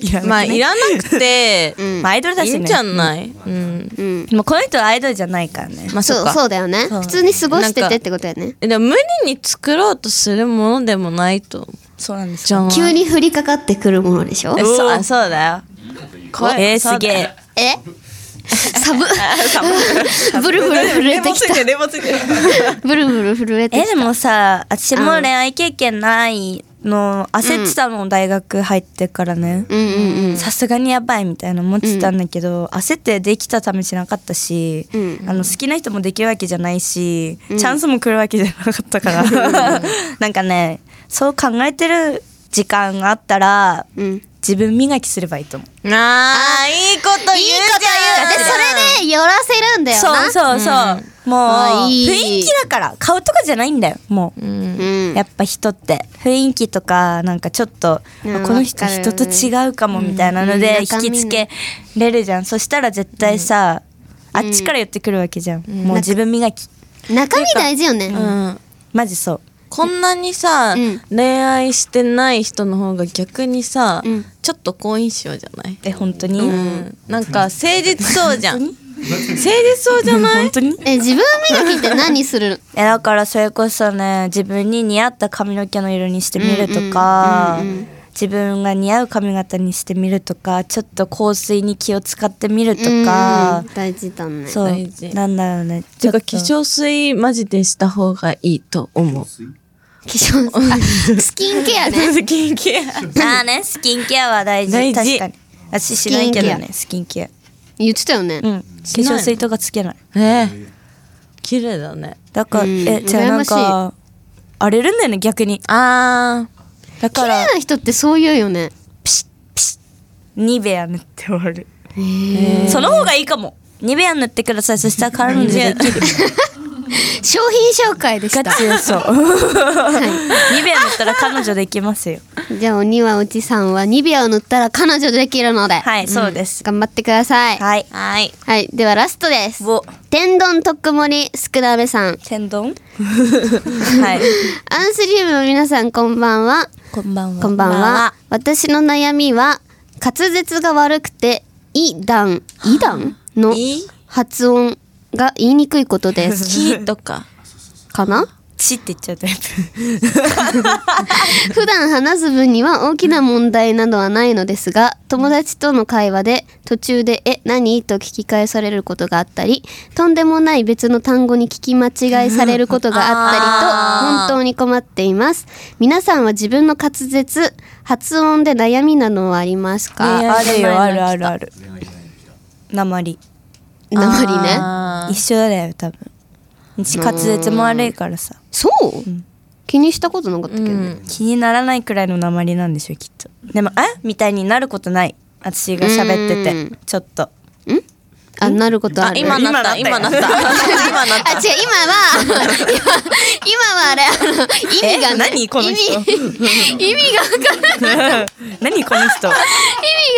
[SPEAKER 3] いらない、
[SPEAKER 2] まあいらなくて、
[SPEAKER 1] ん
[SPEAKER 3] <laughs> まあアイドルだ
[SPEAKER 2] いい
[SPEAKER 3] し
[SPEAKER 2] ん
[SPEAKER 3] ね
[SPEAKER 2] じゃない、うん
[SPEAKER 1] うん。
[SPEAKER 3] もうこの人はアイドルじゃないからね
[SPEAKER 2] まあそ
[SPEAKER 1] そ
[SPEAKER 2] っ
[SPEAKER 1] う、
[SPEAKER 2] か
[SPEAKER 1] そうだよね。
[SPEAKER 3] そう
[SPEAKER 1] 普通に過ごして
[SPEAKER 2] なん
[SPEAKER 1] て
[SPEAKER 2] か
[SPEAKER 1] ってことやね。
[SPEAKER 2] えでも無理に作ろうとするものでもないと
[SPEAKER 3] そうなんです
[SPEAKER 2] じゃん
[SPEAKER 1] 急に降りかかってくるものでしょ
[SPEAKER 2] えそうあそうだよ怖い
[SPEAKER 3] えー、
[SPEAKER 2] そ
[SPEAKER 3] す
[SPEAKER 2] うだ
[SPEAKER 3] げ
[SPEAKER 2] よ
[SPEAKER 3] え
[SPEAKER 1] えサブ。 <laughs> ブルブル震えてき <laughs> た。
[SPEAKER 2] レモついて <laughs> る
[SPEAKER 1] ブルブル震えて
[SPEAKER 3] え
[SPEAKER 1] き
[SPEAKER 3] で
[SPEAKER 1] た。
[SPEAKER 3] もさ私も恋愛経験ないの焦ってたの、大学入ってからね
[SPEAKER 1] うんうんうん。
[SPEAKER 3] さすがにやばいみたいな思ってたんだけど、焦ってできたためしなかったし、
[SPEAKER 1] うん
[SPEAKER 3] あの好きな人もできるわけじゃないし、チャンスも来るわけじゃなかったから <laughs> なんかねそう考えてる時間があったら
[SPEAKER 1] うん。
[SPEAKER 3] 自分磨きすればいいと思う。
[SPEAKER 2] あーいいこと言うじ
[SPEAKER 1] い
[SPEAKER 2] ゃん
[SPEAKER 1] いこと言うでそれで寄らせるんだよ
[SPEAKER 3] そう
[SPEAKER 1] な
[SPEAKER 3] そうそう、も
[SPEAKER 1] あ
[SPEAKER 3] う
[SPEAKER 1] いい
[SPEAKER 3] 雰囲気だから顔とかじゃないんだよも
[SPEAKER 2] う
[SPEAKER 3] う、
[SPEAKER 2] ん
[SPEAKER 1] うん
[SPEAKER 3] やっぱ人って雰囲気とかなんかちょっと、
[SPEAKER 1] うん
[SPEAKER 3] あこの人
[SPEAKER 1] わかる
[SPEAKER 3] 人と違うかもみたいなので
[SPEAKER 1] うん
[SPEAKER 3] 引きつけれるじゃん、そしたら絶対さ、あっちから言ってくるわけじゃん、もう自分磨き
[SPEAKER 1] 中身大事よね
[SPEAKER 2] うん
[SPEAKER 3] マジそう
[SPEAKER 2] こんなにさ、
[SPEAKER 1] うん
[SPEAKER 2] 恋愛してない人の方が逆にさ、
[SPEAKER 1] うん
[SPEAKER 2] ちょっと好印象じゃない、
[SPEAKER 3] え本当に、
[SPEAKER 2] うん、なんか誠実そうじゃん誠実そうじゃない
[SPEAKER 3] 本当に
[SPEAKER 1] え自分磨きって何す <laughs> る
[SPEAKER 3] えだからそれこそね自分に似合った髪の毛の色にしてみるとか、
[SPEAKER 1] うんうんうんうん
[SPEAKER 3] 自分が似合う髪型にしてみるとかちょっと香水に気を使ってみるとか、
[SPEAKER 1] うん大事だね
[SPEAKER 3] そう
[SPEAKER 2] 大事
[SPEAKER 3] なんだろうね
[SPEAKER 2] てか
[SPEAKER 3] ち
[SPEAKER 2] 化
[SPEAKER 3] ょっと
[SPEAKER 2] 粧水マジでした方がいいと思う
[SPEAKER 1] 化粧水あスキンケア <laughs> ね
[SPEAKER 2] スキンケア <laughs>
[SPEAKER 3] あーねスキンケアは大事
[SPEAKER 2] 大事
[SPEAKER 3] 確かに私しないけどねスキンケア
[SPEAKER 1] 言ってたよね
[SPEAKER 3] うん化粧水とかつけない
[SPEAKER 2] ねえ綺麗だね
[SPEAKER 3] だから、
[SPEAKER 1] うん
[SPEAKER 3] えじゃあ
[SPEAKER 1] 羨
[SPEAKER 3] な
[SPEAKER 1] ま
[SPEAKER 3] ん
[SPEAKER 1] しい
[SPEAKER 3] か荒れるんだよね逆に
[SPEAKER 2] あ
[SPEAKER 3] だ
[SPEAKER 1] 綺
[SPEAKER 3] から
[SPEAKER 1] 麗な人ってそう言うよね。
[SPEAKER 3] ニベア塗って終わる
[SPEAKER 1] へー
[SPEAKER 3] その方がいいかもニベア塗ってくださいそしたらカラムジできる
[SPEAKER 1] 商品紹介でし
[SPEAKER 3] ガ
[SPEAKER 1] た。
[SPEAKER 3] チ
[SPEAKER 1] <laughs>
[SPEAKER 3] でそう <laughs> ニベア塗ったら彼女できますよ
[SPEAKER 1] じゃあ鬼はおじさんはニベアを塗ったら彼女できるので、
[SPEAKER 3] はいそうです
[SPEAKER 1] 頑張ってください。はい、
[SPEAKER 3] はいはい
[SPEAKER 1] ではラストです。
[SPEAKER 3] お
[SPEAKER 1] 天丼とっくもりすくだべさん。
[SPEAKER 3] 天丼 <laughs> はい
[SPEAKER 1] アンスリウムの皆さんこんばんは。
[SPEAKER 3] こんばんは
[SPEAKER 1] こんばんは。私の悩みは、滑舌が悪くて、いだん、いだんの
[SPEAKER 2] い
[SPEAKER 1] 発音が言いにくいことで
[SPEAKER 2] ー
[SPEAKER 1] <laughs> す。
[SPEAKER 2] キーとか
[SPEAKER 1] かな
[SPEAKER 3] チって言っちゃうタイ
[SPEAKER 1] <laughs>
[SPEAKER 3] プ
[SPEAKER 1] 普段話す分には大きな問題などはないのですが友達との会話で途中で「え何?」と聞き返されることがあったりとんでもない別の単語に聞き間違いされることがあったりと本当に困っています皆さんは自分の滑舌発音で悩みなどはありますか
[SPEAKER 2] いや
[SPEAKER 3] あるよあ
[SPEAKER 2] 前
[SPEAKER 3] る
[SPEAKER 2] の
[SPEAKER 3] あるある鉛
[SPEAKER 1] 鉛ね
[SPEAKER 2] あ
[SPEAKER 3] 一
[SPEAKER 2] ー
[SPEAKER 3] 緒だよ多分私滑舌も悪いからさ
[SPEAKER 1] そう、気にしたことなかったけどね、
[SPEAKER 3] 気にならないくらいの鉛なんでしょきっとでも「えみたいになることない私が喋って
[SPEAKER 1] う
[SPEAKER 3] てちょっと
[SPEAKER 1] あなることあ
[SPEAKER 2] あ
[SPEAKER 1] る
[SPEAKER 2] 今なった
[SPEAKER 3] 今
[SPEAKER 2] 今
[SPEAKER 3] な
[SPEAKER 2] な
[SPEAKER 3] っ
[SPEAKER 2] ったた今なっ
[SPEAKER 1] あ違う今は <laughs> 今今はあれあの意味が、ね、
[SPEAKER 3] え何この人
[SPEAKER 1] 意
[SPEAKER 3] <laughs>
[SPEAKER 1] 味意味が分からない
[SPEAKER 3] 何この <laughs> 人
[SPEAKER 1] 意味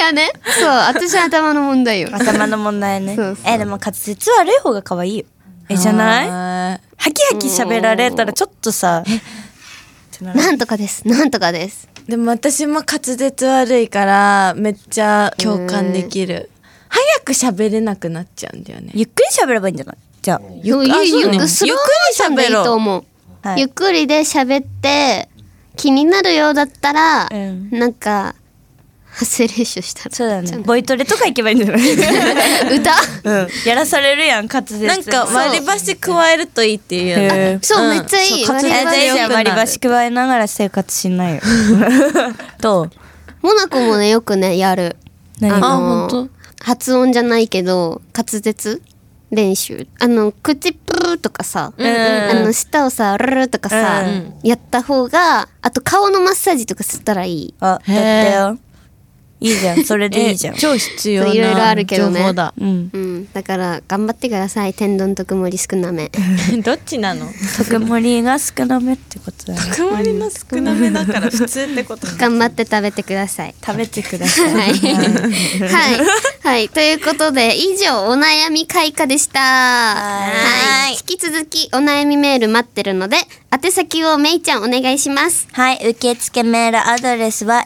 [SPEAKER 1] がねそう私の頭の問題よ
[SPEAKER 3] 頭の問題ね
[SPEAKER 1] そうそう
[SPEAKER 3] えでも滑舌悪い方が可愛いよえ
[SPEAKER 2] た
[SPEAKER 3] じゃないは
[SPEAKER 2] は
[SPEAKER 3] きはき喋られたらちょっとさってなる
[SPEAKER 1] なんとかですなんとかです
[SPEAKER 2] ーいでも私も滑舌悪いからめっちゃ共感できる早く喋れなくなっちゃうんだよね
[SPEAKER 3] ゆっくり喋ればいいんじゃないじゃ
[SPEAKER 1] ゆ
[SPEAKER 2] あそう
[SPEAKER 1] ゆ
[SPEAKER 2] なの
[SPEAKER 1] スロー
[SPEAKER 2] ゆっ
[SPEAKER 1] モーション
[SPEAKER 2] くり
[SPEAKER 1] でい
[SPEAKER 2] 喋
[SPEAKER 1] い
[SPEAKER 2] ろう
[SPEAKER 1] と思う、
[SPEAKER 3] あはい
[SPEAKER 1] ゆっくりで喋って気になるようだったら、
[SPEAKER 3] うん
[SPEAKER 1] なんか発声練習したら
[SPEAKER 3] そうだねボイトレとか行けばいいんじゃない
[SPEAKER 1] <laughs> 歌
[SPEAKER 3] うんやらされるやん滑舌
[SPEAKER 2] なんか
[SPEAKER 3] そう
[SPEAKER 2] 割り箸加えるといいっていうよ
[SPEAKER 3] へ
[SPEAKER 2] ね
[SPEAKER 3] ー
[SPEAKER 1] そう、
[SPEAKER 2] ん
[SPEAKER 1] めっちゃいい
[SPEAKER 2] そう
[SPEAKER 1] 割
[SPEAKER 2] 滑
[SPEAKER 1] り箸
[SPEAKER 2] 舌
[SPEAKER 3] え大丈
[SPEAKER 2] 良く
[SPEAKER 3] 夫
[SPEAKER 2] な
[SPEAKER 3] 割
[SPEAKER 2] る
[SPEAKER 3] り箸加えながら生活しないよ <laughs> どう
[SPEAKER 1] モナコもねよくねやる
[SPEAKER 3] 何
[SPEAKER 2] あ
[SPEAKER 3] が
[SPEAKER 1] の
[SPEAKER 2] 本
[SPEAKER 1] 発音じゃないけど滑舌練習あの口プーとかさ、
[SPEAKER 2] ん
[SPEAKER 1] あの舌をさルルルとかさ、
[SPEAKER 2] うん
[SPEAKER 1] やった方があと顔のマッサージとかしたらいい
[SPEAKER 3] あ、だっ
[SPEAKER 2] へー
[SPEAKER 3] てよ。いいじゃ <laughs> ん、それでいいじゃん
[SPEAKER 2] え。超必要
[SPEAKER 1] そういろいろある
[SPEAKER 2] な
[SPEAKER 1] けど
[SPEAKER 2] 情
[SPEAKER 1] ね
[SPEAKER 2] 報だ
[SPEAKER 3] うん。
[SPEAKER 1] うんだから頑張ってください天丼とくもり少なめ
[SPEAKER 2] <laughs> どっちなの
[SPEAKER 3] 特盛りが少なめってことだね。
[SPEAKER 2] 曇りの少なめだから普通ってこと
[SPEAKER 1] <laughs> 頑張って食べてくだ
[SPEAKER 2] <laughs>
[SPEAKER 1] さい
[SPEAKER 3] 食べてくだ <laughs> さい。
[SPEAKER 1] はいはい、はい、ということで以上お悩み開花でしたはい引き続きお悩みメール待ってるので宛先をめいちゃんお願いします
[SPEAKER 3] はい、受付メールアドレスは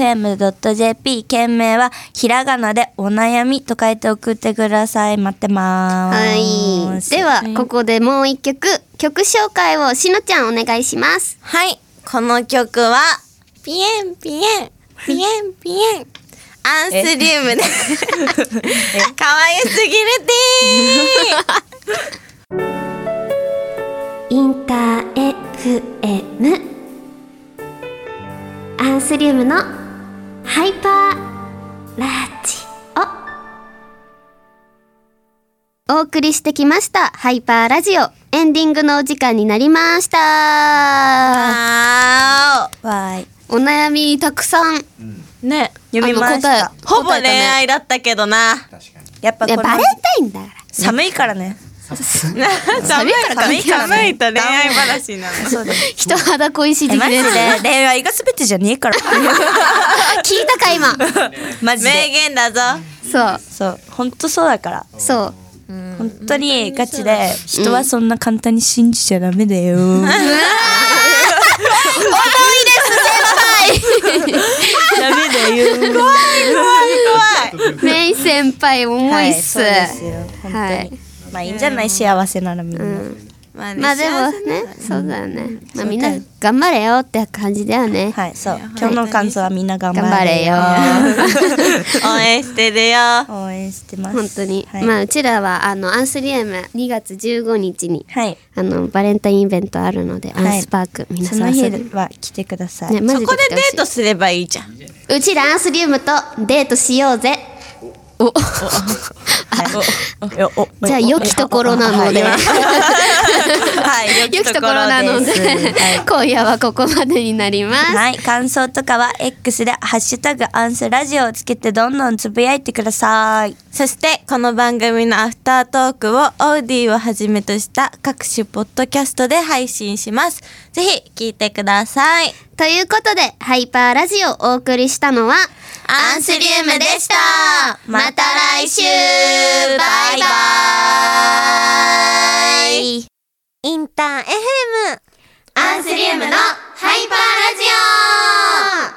[SPEAKER 3] anthu.interfm.jp 件名はひらがなでお悩みと書いて送ってください。待ってま
[SPEAKER 1] は
[SPEAKER 3] ー
[SPEAKER 1] い
[SPEAKER 3] す。
[SPEAKER 1] ではここでもう一曲曲紹介をしのちゃんお願いします
[SPEAKER 2] はい、この曲は、ピエンピエン、ピエンピエン、アンスリウムで、 <laughs> 可愛すぎる
[SPEAKER 1] インター FM アンスリウムのハイパーラジオお送りしてきましたハイパーラジオエンディングのお時間になりました
[SPEAKER 3] あーわーい。
[SPEAKER 1] お悩みたくさん
[SPEAKER 2] でーね、
[SPEAKER 3] 読みま
[SPEAKER 1] あの
[SPEAKER 3] した
[SPEAKER 1] 答。え
[SPEAKER 2] ほぼ
[SPEAKER 1] 答
[SPEAKER 2] 恋
[SPEAKER 1] えたね
[SPEAKER 2] 愛だったけどな。
[SPEAKER 4] 確かに
[SPEAKER 3] やっぱ
[SPEAKER 1] いや
[SPEAKER 3] この
[SPEAKER 1] バレたいんだか
[SPEAKER 3] 寒いからね。
[SPEAKER 2] 寒いから
[SPEAKER 3] 寒いから
[SPEAKER 2] 寒いと恋愛話なの。
[SPEAKER 3] そうだ
[SPEAKER 1] ら
[SPEAKER 3] ね。
[SPEAKER 1] 人肌恋しい
[SPEAKER 3] え
[SPEAKER 1] 的な
[SPEAKER 3] マジ
[SPEAKER 1] や
[SPEAKER 3] で
[SPEAKER 1] つね
[SPEAKER 3] 恋愛が全てじゃねえから
[SPEAKER 1] 聞いたか今
[SPEAKER 3] <laughs> マジ
[SPEAKER 2] 名
[SPEAKER 3] で
[SPEAKER 2] 言だぞ。
[SPEAKER 1] そう
[SPEAKER 3] そう本当そうだから
[SPEAKER 1] そう
[SPEAKER 3] 本当にガチで人はそんな簡単に信じちゃダメだよ重いです先輩ダメだよ怖い
[SPEAKER 1] メイ先輩重いっす、
[SPEAKER 3] そうですよ本当に、
[SPEAKER 1] はい
[SPEAKER 3] まあいいんじゃない幸せならみんな、
[SPEAKER 2] まあ
[SPEAKER 1] まあでもね、そうだよね。まあみんな頑張れよって感じだよね。
[SPEAKER 3] はいそう今日の感想はみんな頑張れよ
[SPEAKER 1] 頑
[SPEAKER 3] <laughs>
[SPEAKER 2] 応援してるよ。
[SPEAKER 3] 応援してます
[SPEAKER 1] 本当に。
[SPEAKER 3] はい、
[SPEAKER 1] まあうちらはあのアンスリウム2月15日に
[SPEAKER 3] はい
[SPEAKER 1] あのバレンタインイベントあるので、
[SPEAKER 3] い
[SPEAKER 1] アンスパーク皆
[SPEAKER 3] そ
[SPEAKER 1] さ
[SPEAKER 3] の
[SPEAKER 1] ん
[SPEAKER 3] 日
[SPEAKER 1] 遊びに
[SPEAKER 3] は来てください、
[SPEAKER 1] ねマ
[SPEAKER 2] そ
[SPEAKER 1] ジで
[SPEAKER 2] こ
[SPEAKER 1] 来て
[SPEAKER 2] で
[SPEAKER 1] ほし
[SPEAKER 2] デートすればいいじゃん。
[SPEAKER 1] <laughs> いうちらアンスリウムとデートしようぜ。お。
[SPEAKER 3] はいよお
[SPEAKER 1] じゃあ良きところなので
[SPEAKER 3] はい
[SPEAKER 1] <laughs>
[SPEAKER 3] はい
[SPEAKER 1] 良きところなので
[SPEAKER 3] はい
[SPEAKER 1] 今夜はここまでになります。
[SPEAKER 3] はい、感想とかは X でハッシュタグアンスラジオをつけてどんどんつぶやいてください。
[SPEAKER 2] そしてこの番組のアフタートークをオーディをはじめとした各種ポッドキャストで配信しますぜひ聞いてください
[SPEAKER 1] ということで、ハイパーラジオをお送りしたのは、
[SPEAKER 3] アンスリウムでしたまた来週バイバ
[SPEAKER 4] イ
[SPEAKER 1] イ
[SPEAKER 4] ンター FM
[SPEAKER 1] アンスリウムのハイパーラジオ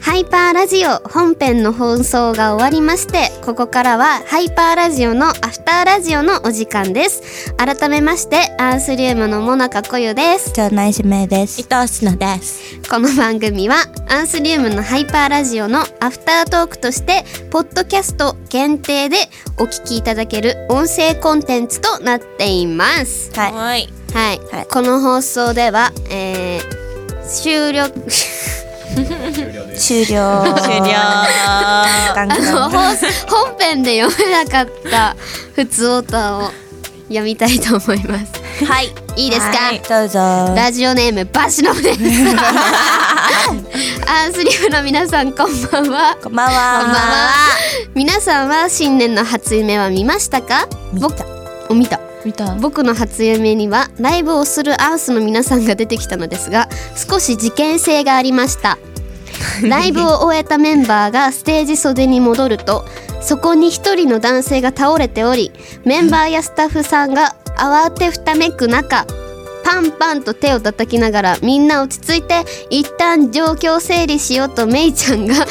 [SPEAKER 1] ハイパーラジオ本編の放送が終わりましてここからはハイパーラジオのアフターラジオのお時間です改めましてアンスリウムのモナカこゆです
[SPEAKER 3] じゃあナイスメイです。
[SPEAKER 2] 藤しのです
[SPEAKER 1] この番組はアンスリウムのハイパーラジオのアフタートークとしてポッドキャスト限定でお聞きいただける音声コンテンツとなっています
[SPEAKER 3] はい。
[SPEAKER 2] はい
[SPEAKER 1] はい、
[SPEAKER 3] はい
[SPEAKER 1] この放送では、えー終了
[SPEAKER 2] 終
[SPEAKER 3] 終了。<laughs>
[SPEAKER 2] 了
[SPEAKER 3] ガン
[SPEAKER 1] あ
[SPEAKER 3] ガ
[SPEAKER 1] の
[SPEAKER 3] ン
[SPEAKER 1] 本本編で読めなかった普通オタを読みたいと思います
[SPEAKER 3] はい。い
[SPEAKER 1] いいですか、
[SPEAKER 3] どうぞ。
[SPEAKER 1] ラジオネームバシノ <laughs> ブですアンスリウムの皆さんこんばんは
[SPEAKER 3] こんばん
[SPEAKER 1] こんば
[SPEAKER 3] は。
[SPEAKER 1] んは。皆さんは新年の初夢は見ましたか僕お見た
[SPEAKER 2] 見た
[SPEAKER 1] 僕の初夢にはライブをするアースの皆さんが出てきたのですが少し事件性がありましたライブを終えたメンバーがステージ袖に戻るとそこに一人の男性が倒れておりメンバーやスタッフさんが慌てふためく中パンパンと手を叩きながらみんな落ち着いて一旦状況を整理しようとメイちゃんがその場を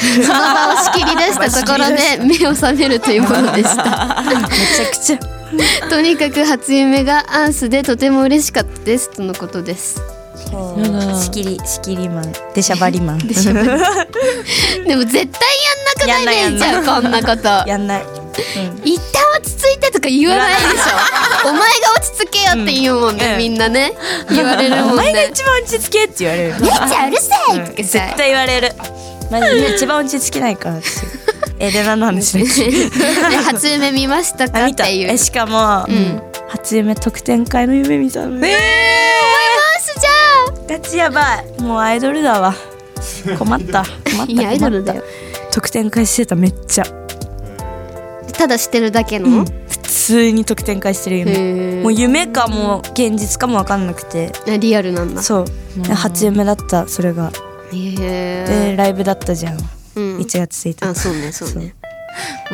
[SPEAKER 1] 仕切り出したところ <laughs> で目を覚めるというものでした
[SPEAKER 3] めちゃくちゃ。
[SPEAKER 1] <laughs> とにかく初夢がアンスでとても嬉しかったですとのことです
[SPEAKER 2] やだ
[SPEAKER 3] 仕切り仕切りマン、出しゃばりマン。
[SPEAKER 1] でも絶対やんなくないね
[SPEAKER 3] やん
[SPEAKER 1] え
[SPEAKER 3] な
[SPEAKER 1] じゃんこんな
[SPEAKER 3] <laughs>
[SPEAKER 1] こと
[SPEAKER 3] やんない。うん
[SPEAKER 1] 一旦落ち着いてとか言わないでしょお前が落ち着けよって言うもんね、
[SPEAKER 3] うん
[SPEAKER 1] みんなね言われるも
[SPEAKER 3] お
[SPEAKER 1] ん
[SPEAKER 3] 前が
[SPEAKER 1] ね
[SPEAKER 3] 一番落ち着けって言われる。
[SPEAKER 1] <laughs> めっちゃうるせえとか
[SPEAKER 3] 絶対
[SPEAKER 1] さ
[SPEAKER 3] 言われる。マジで一番落ち着けないから
[SPEAKER 1] <laughs>
[SPEAKER 3] 私。えで何の話だっけ。
[SPEAKER 1] で初夢見ましたか
[SPEAKER 3] あ
[SPEAKER 1] っ
[SPEAKER 3] 見た。
[SPEAKER 1] ていう
[SPEAKER 3] えしかも、初夢特典会の夢見たの。え
[SPEAKER 1] アンスじゃ
[SPEAKER 3] ガチやばい。もうアイドルだわ。困った。困
[SPEAKER 1] <laughs>
[SPEAKER 3] った。
[SPEAKER 1] んいやアイドルだよ
[SPEAKER 3] 特典会してためっちゃ。
[SPEAKER 1] ただしてるだけの、
[SPEAKER 3] 普通に特典会してる夢。
[SPEAKER 1] へ
[SPEAKER 3] もう夢かもう現実かも分かんなくて。
[SPEAKER 1] えリアルなんだ
[SPEAKER 3] そう。初夢だったそれが。
[SPEAKER 1] へえ
[SPEAKER 3] でライブだったじゃん。
[SPEAKER 1] うん
[SPEAKER 3] 1月1
[SPEAKER 1] あ
[SPEAKER 3] 日。
[SPEAKER 1] そうねそうね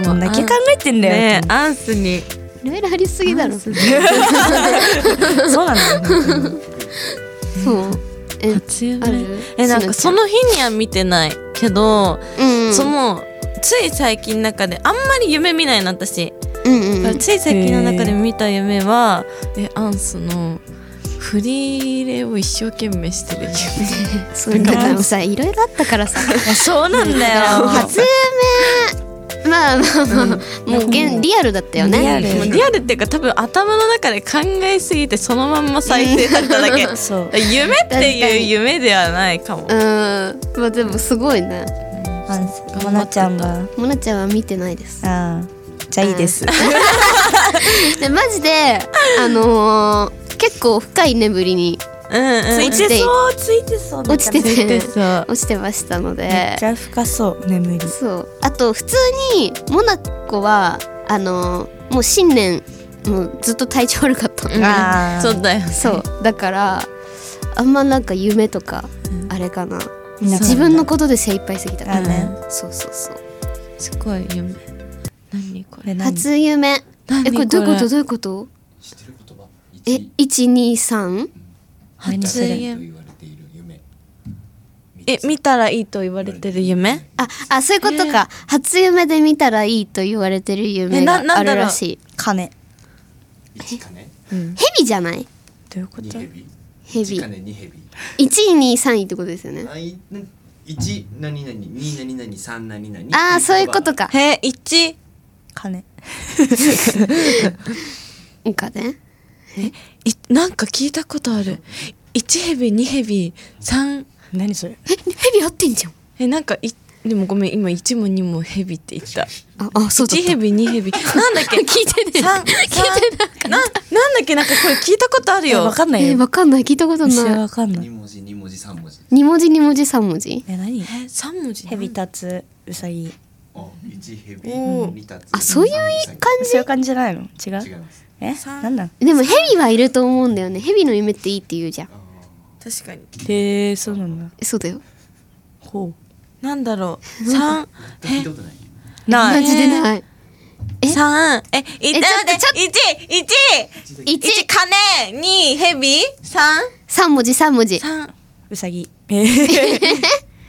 [SPEAKER 3] どんだけ考えてんだよ。
[SPEAKER 2] ねえアンスに
[SPEAKER 1] いろいろありすぎだろ
[SPEAKER 3] そうなんだよね。
[SPEAKER 1] そうえ
[SPEAKER 2] 初夢
[SPEAKER 1] ある
[SPEAKER 2] えなんかその日には見てないけど、
[SPEAKER 1] うん
[SPEAKER 2] そのつい最近の中であんまり夢見ないな私、
[SPEAKER 1] うんうんうん
[SPEAKER 2] つい最近の中で見た夢はえアンスの振り入れを一生懸命してる
[SPEAKER 1] そうなんかでもさいろいろあったからさ
[SPEAKER 3] いやそうなんだよ。
[SPEAKER 1] 初夢まあまあまあ、もう現リアルだったよね
[SPEAKER 3] リアル
[SPEAKER 2] 夢もうリアルっていうか多分頭の中で考えすぎてそのまんま再生されただけ
[SPEAKER 3] そう。
[SPEAKER 2] 夢って
[SPEAKER 1] 確か
[SPEAKER 2] いう
[SPEAKER 1] に
[SPEAKER 2] 夢ではないかも
[SPEAKER 1] うんまあでもすごいね
[SPEAKER 3] モナちゃんが。
[SPEAKER 1] もなちゃんは見てないです
[SPEAKER 3] ああ。じゃあいいです。
[SPEAKER 1] でマジであのー、結構深い眠りに
[SPEAKER 2] うんうん
[SPEAKER 3] ついてそう、ついてそう。
[SPEAKER 1] 落ちて
[SPEAKER 3] め
[SPEAKER 2] ついて
[SPEAKER 1] て
[SPEAKER 2] そう
[SPEAKER 1] 落ちてましたので
[SPEAKER 3] っちゃ深そう、眠り。
[SPEAKER 1] そうあと普通にモナコはあのー、もう新年もうずっと体調悪かったの、
[SPEAKER 2] うん
[SPEAKER 3] あー
[SPEAKER 2] そうだよ
[SPEAKER 1] そうだからあんまなんか夢とかあれかな、
[SPEAKER 3] んな
[SPEAKER 1] 自分のことで精一杯すぎた
[SPEAKER 3] あね。
[SPEAKER 1] そうそうそう
[SPEAKER 2] すごい夢何こ
[SPEAKER 3] こ
[SPEAKER 2] れ
[SPEAKER 3] れ何
[SPEAKER 1] 初夢
[SPEAKER 2] 何
[SPEAKER 1] えこれどういうこ
[SPEAKER 2] ことれ
[SPEAKER 1] どういうことえ一二三
[SPEAKER 2] 初夢
[SPEAKER 5] 言われている夢
[SPEAKER 2] え見たらいいと言われてる夢
[SPEAKER 1] ああそういうことか、初夢で見たらいいと言われてる夢
[SPEAKER 2] え
[SPEAKER 1] が
[SPEAKER 2] なな
[SPEAKER 1] あ
[SPEAKER 2] んだ
[SPEAKER 1] る
[SPEAKER 2] ろう
[SPEAKER 1] らしい
[SPEAKER 3] 金。
[SPEAKER 5] 一金
[SPEAKER 1] ヘビじゃない
[SPEAKER 3] どういうこ
[SPEAKER 5] 二
[SPEAKER 3] と
[SPEAKER 5] ヘビ
[SPEAKER 1] ヘ
[SPEAKER 5] 一
[SPEAKER 1] ビ
[SPEAKER 5] 金二ヘビ
[SPEAKER 1] 一二三位ってことですよね
[SPEAKER 5] あいな一何々二何々三何々
[SPEAKER 1] あーそういうことか
[SPEAKER 2] へえ一
[SPEAKER 3] 金。
[SPEAKER 1] なんかね
[SPEAKER 2] いなんか聞いたことある1ヘビ2ヘビ3
[SPEAKER 3] 何それ
[SPEAKER 1] え、ヘビ合ってんじゃん。
[SPEAKER 2] えなんかいでもごめん今1も2もヘビって言った
[SPEAKER 1] あ、あ、そうだっ
[SPEAKER 2] 1
[SPEAKER 1] た。
[SPEAKER 2] ヘビ2ヘビなんだっけ
[SPEAKER 1] 聞いてね。
[SPEAKER 2] 三三ななんだっけなんかこれ聞いたことある
[SPEAKER 3] え
[SPEAKER 2] よ
[SPEAKER 3] わかんない
[SPEAKER 1] え、
[SPEAKER 3] よ
[SPEAKER 1] わかんない。聞いたこと
[SPEAKER 3] 私は
[SPEAKER 1] ない。
[SPEAKER 3] わかんない
[SPEAKER 5] 二文字二文字三文字
[SPEAKER 1] 二文字、二文字、三文字。
[SPEAKER 3] え何
[SPEAKER 2] え3文字
[SPEAKER 3] ヘビ立つウサギ
[SPEAKER 5] あ一ヘビ
[SPEAKER 2] おー
[SPEAKER 5] 二立つ
[SPEAKER 1] あ、そういう
[SPEAKER 5] 三
[SPEAKER 1] 感
[SPEAKER 3] そういう感じじゃないの違
[SPEAKER 5] 違いうます
[SPEAKER 3] え
[SPEAKER 2] 三
[SPEAKER 3] なんなん
[SPEAKER 1] じ。でもヘビはいると思うんだよね。ヘビの夢っていいって言うじゃん。
[SPEAKER 5] あ
[SPEAKER 2] 確かに
[SPEAKER 3] へえそうなんだ
[SPEAKER 1] えそうだよ。
[SPEAKER 3] ほ
[SPEAKER 2] なんだろう3
[SPEAKER 5] ー聞いたことないう
[SPEAKER 3] な
[SPEAKER 1] マ
[SPEAKER 3] い
[SPEAKER 1] ジでない。え
[SPEAKER 2] 三え、
[SPEAKER 1] え
[SPEAKER 2] いち
[SPEAKER 1] ちょっとちょっと
[SPEAKER 2] 一一
[SPEAKER 5] 一だけ
[SPEAKER 1] 一
[SPEAKER 2] 一金二ヘビ三
[SPEAKER 1] 三文字、三文字。
[SPEAKER 2] 三
[SPEAKER 3] ウサギえー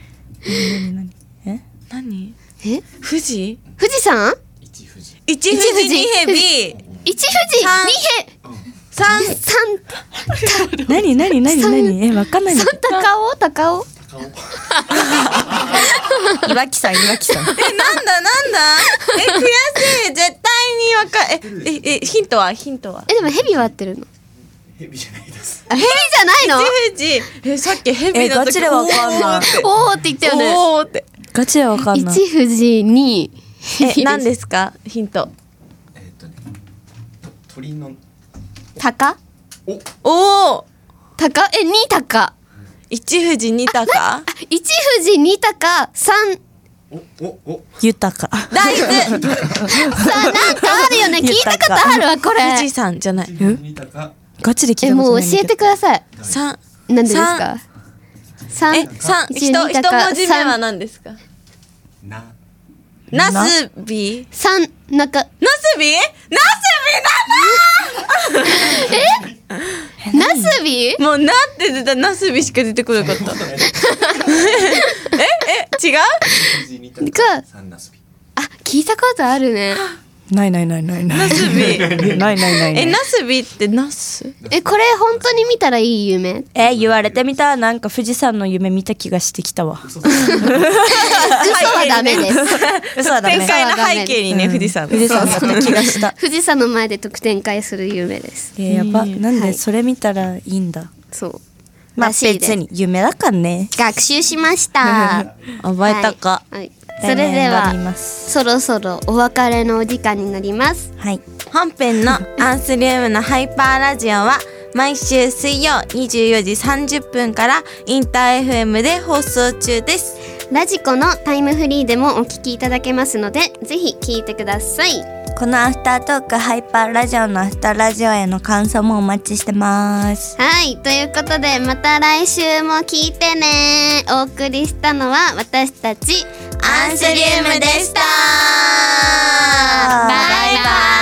[SPEAKER 3] 何何何え
[SPEAKER 2] 何
[SPEAKER 1] え、
[SPEAKER 2] 富士
[SPEAKER 1] 富士山。
[SPEAKER 5] 一富士
[SPEAKER 2] 一富
[SPEAKER 1] 一富士
[SPEAKER 2] 士二ヘビ
[SPEAKER 1] 一富士、
[SPEAKER 2] 三
[SPEAKER 1] 二ヘ、
[SPEAKER 2] 三
[SPEAKER 1] 三、
[SPEAKER 3] 何何何
[SPEAKER 1] 三
[SPEAKER 3] 何えわかんないんだ
[SPEAKER 1] 三
[SPEAKER 3] け
[SPEAKER 1] 高尾、高尾。
[SPEAKER 5] 顔
[SPEAKER 3] ど岩木さん岩木さん
[SPEAKER 2] えなんだなんだえ悔しい絶対にわかえええヒントはヒントは
[SPEAKER 1] え、でもヘビは合ってるの。
[SPEAKER 5] ヘビじゃないです
[SPEAKER 1] あ、ヘビじゃないの。
[SPEAKER 2] 一富士えさっきヘビ
[SPEAKER 3] え
[SPEAKER 2] の
[SPEAKER 3] ガ
[SPEAKER 2] 時
[SPEAKER 3] チでわかんない
[SPEAKER 1] おーって言ったよね。
[SPEAKER 2] おーって
[SPEAKER 3] ガチでわかんない
[SPEAKER 1] 一富士、二。
[SPEAKER 2] え何ですかヒント
[SPEAKER 5] えーっとねと鳥の
[SPEAKER 1] 高。
[SPEAKER 5] お
[SPEAKER 2] おお
[SPEAKER 1] 高、え、二高。
[SPEAKER 2] 一富士二鷹
[SPEAKER 1] 一富士、二高、三。
[SPEAKER 5] おおお
[SPEAKER 3] 豊か
[SPEAKER 2] 大
[SPEAKER 1] <laughs>
[SPEAKER 2] 豆
[SPEAKER 1] さあ、なんかあるよね。聞いたことあるわ、こ
[SPEAKER 2] 富士
[SPEAKER 1] れ。
[SPEAKER 2] 山じゃない
[SPEAKER 5] 一富士二鷹
[SPEAKER 3] ガチで聞い
[SPEAKER 1] え、
[SPEAKER 3] たこ
[SPEAKER 1] も
[SPEAKER 3] と
[SPEAKER 1] う
[SPEAKER 3] ないん
[SPEAKER 1] 教
[SPEAKER 3] だけ
[SPEAKER 1] え
[SPEAKER 3] ど
[SPEAKER 1] てください。
[SPEAKER 2] 三
[SPEAKER 1] なんでですか。三。
[SPEAKER 2] え、三、
[SPEAKER 1] 一
[SPEAKER 2] 一、一
[SPEAKER 1] 二
[SPEAKER 2] 文
[SPEAKER 1] 鷹
[SPEAKER 2] 字目は何ですか。
[SPEAKER 5] な
[SPEAKER 2] なすび。
[SPEAKER 1] 三、なんか、
[SPEAKER 2] なすび。なすび
[SPEAKER 1] なすび。
[SPEAKER 2] だ。もうなって出たらなすびしか出てこなか
[SPEAKER 5] <laughs>
[SPEAKER 2] った。え、え、違う。
[SPEAKER 5] 富士二鷹
[SPEAKER 1] か
[SPEAKER 5] 三なすび
[SPEAKER 1] あ、聞いたことあるね。
[SPEAKER 3] ないないないないな
[SPEAKER 2] な
[SPEAKER 3] い
[SPEAKER 2] すび。
[SPEAKER 3] ないないない
[SPEAKER 2] え、なすびってなす。
[SPEAKER 1] え、これ本当に見たらいい夢。
[SPEAKER 3] え言われてみたらなんか富士山の夢見た気がしてきたわ
[SPEAKER 5] 嘘だ
[SPEAKER 1] 嘘はダメです。
[SPEAKER 3] 嘘だ
[SPEAKER 2] 展
[SPEAKER 3] ね
[SPEAKER 2] 開の背景にね、富士山。
[SPEAKER 3] 富士山だった気がした
[SPEAKER 1] 富士山の前で得点会する夢です。
[SPEAKER 3] えやっぱなん
[SPEAKER 1] は
[SPEAKER 3] で
[SPEAKER 1] い
[SPEAKER 3] それ見たらいいんだ
[SPEAKER 1] そう。
[SPEAKER 3] まあ
[SPEAKER 1] らしいです
[SPEAKER 3] 別に夢だからね
[SPEAKER 1] 学習しま
[SPEAKER 3] <laughs>
[SPEAKER 1] した。
[SPEAKER 2] 覚えたか。
[SPEAKER 1] はい。はいそれで
[SPEAKER 3] 来年頑張りま
[SPEAKER 1] は、
[SPEAKER 3] す
[SPEAKER 1] そろそろお別れのお時間になります。
[SPEAKER 3] はい
[SPEAKER 2] 本編のアンスリウムのハイパーラジオは毎週水曜24時30分からインター FM で放送中です。
[SPEAKER 1] ラジコのタイムフリーでもお聞きいただけますので、ぜひ聞いてください。
[SPEAKER 3] このアフタートークハイパーラジオのアフターラジオへの感想もお待ちしてます
[SPEAKER 1] はい、ということでまた来週も聞いてね。お送りしたのは私たち
[SPEAKER 2] アンスリウムでした
[SPEAKER 1] バイバイ。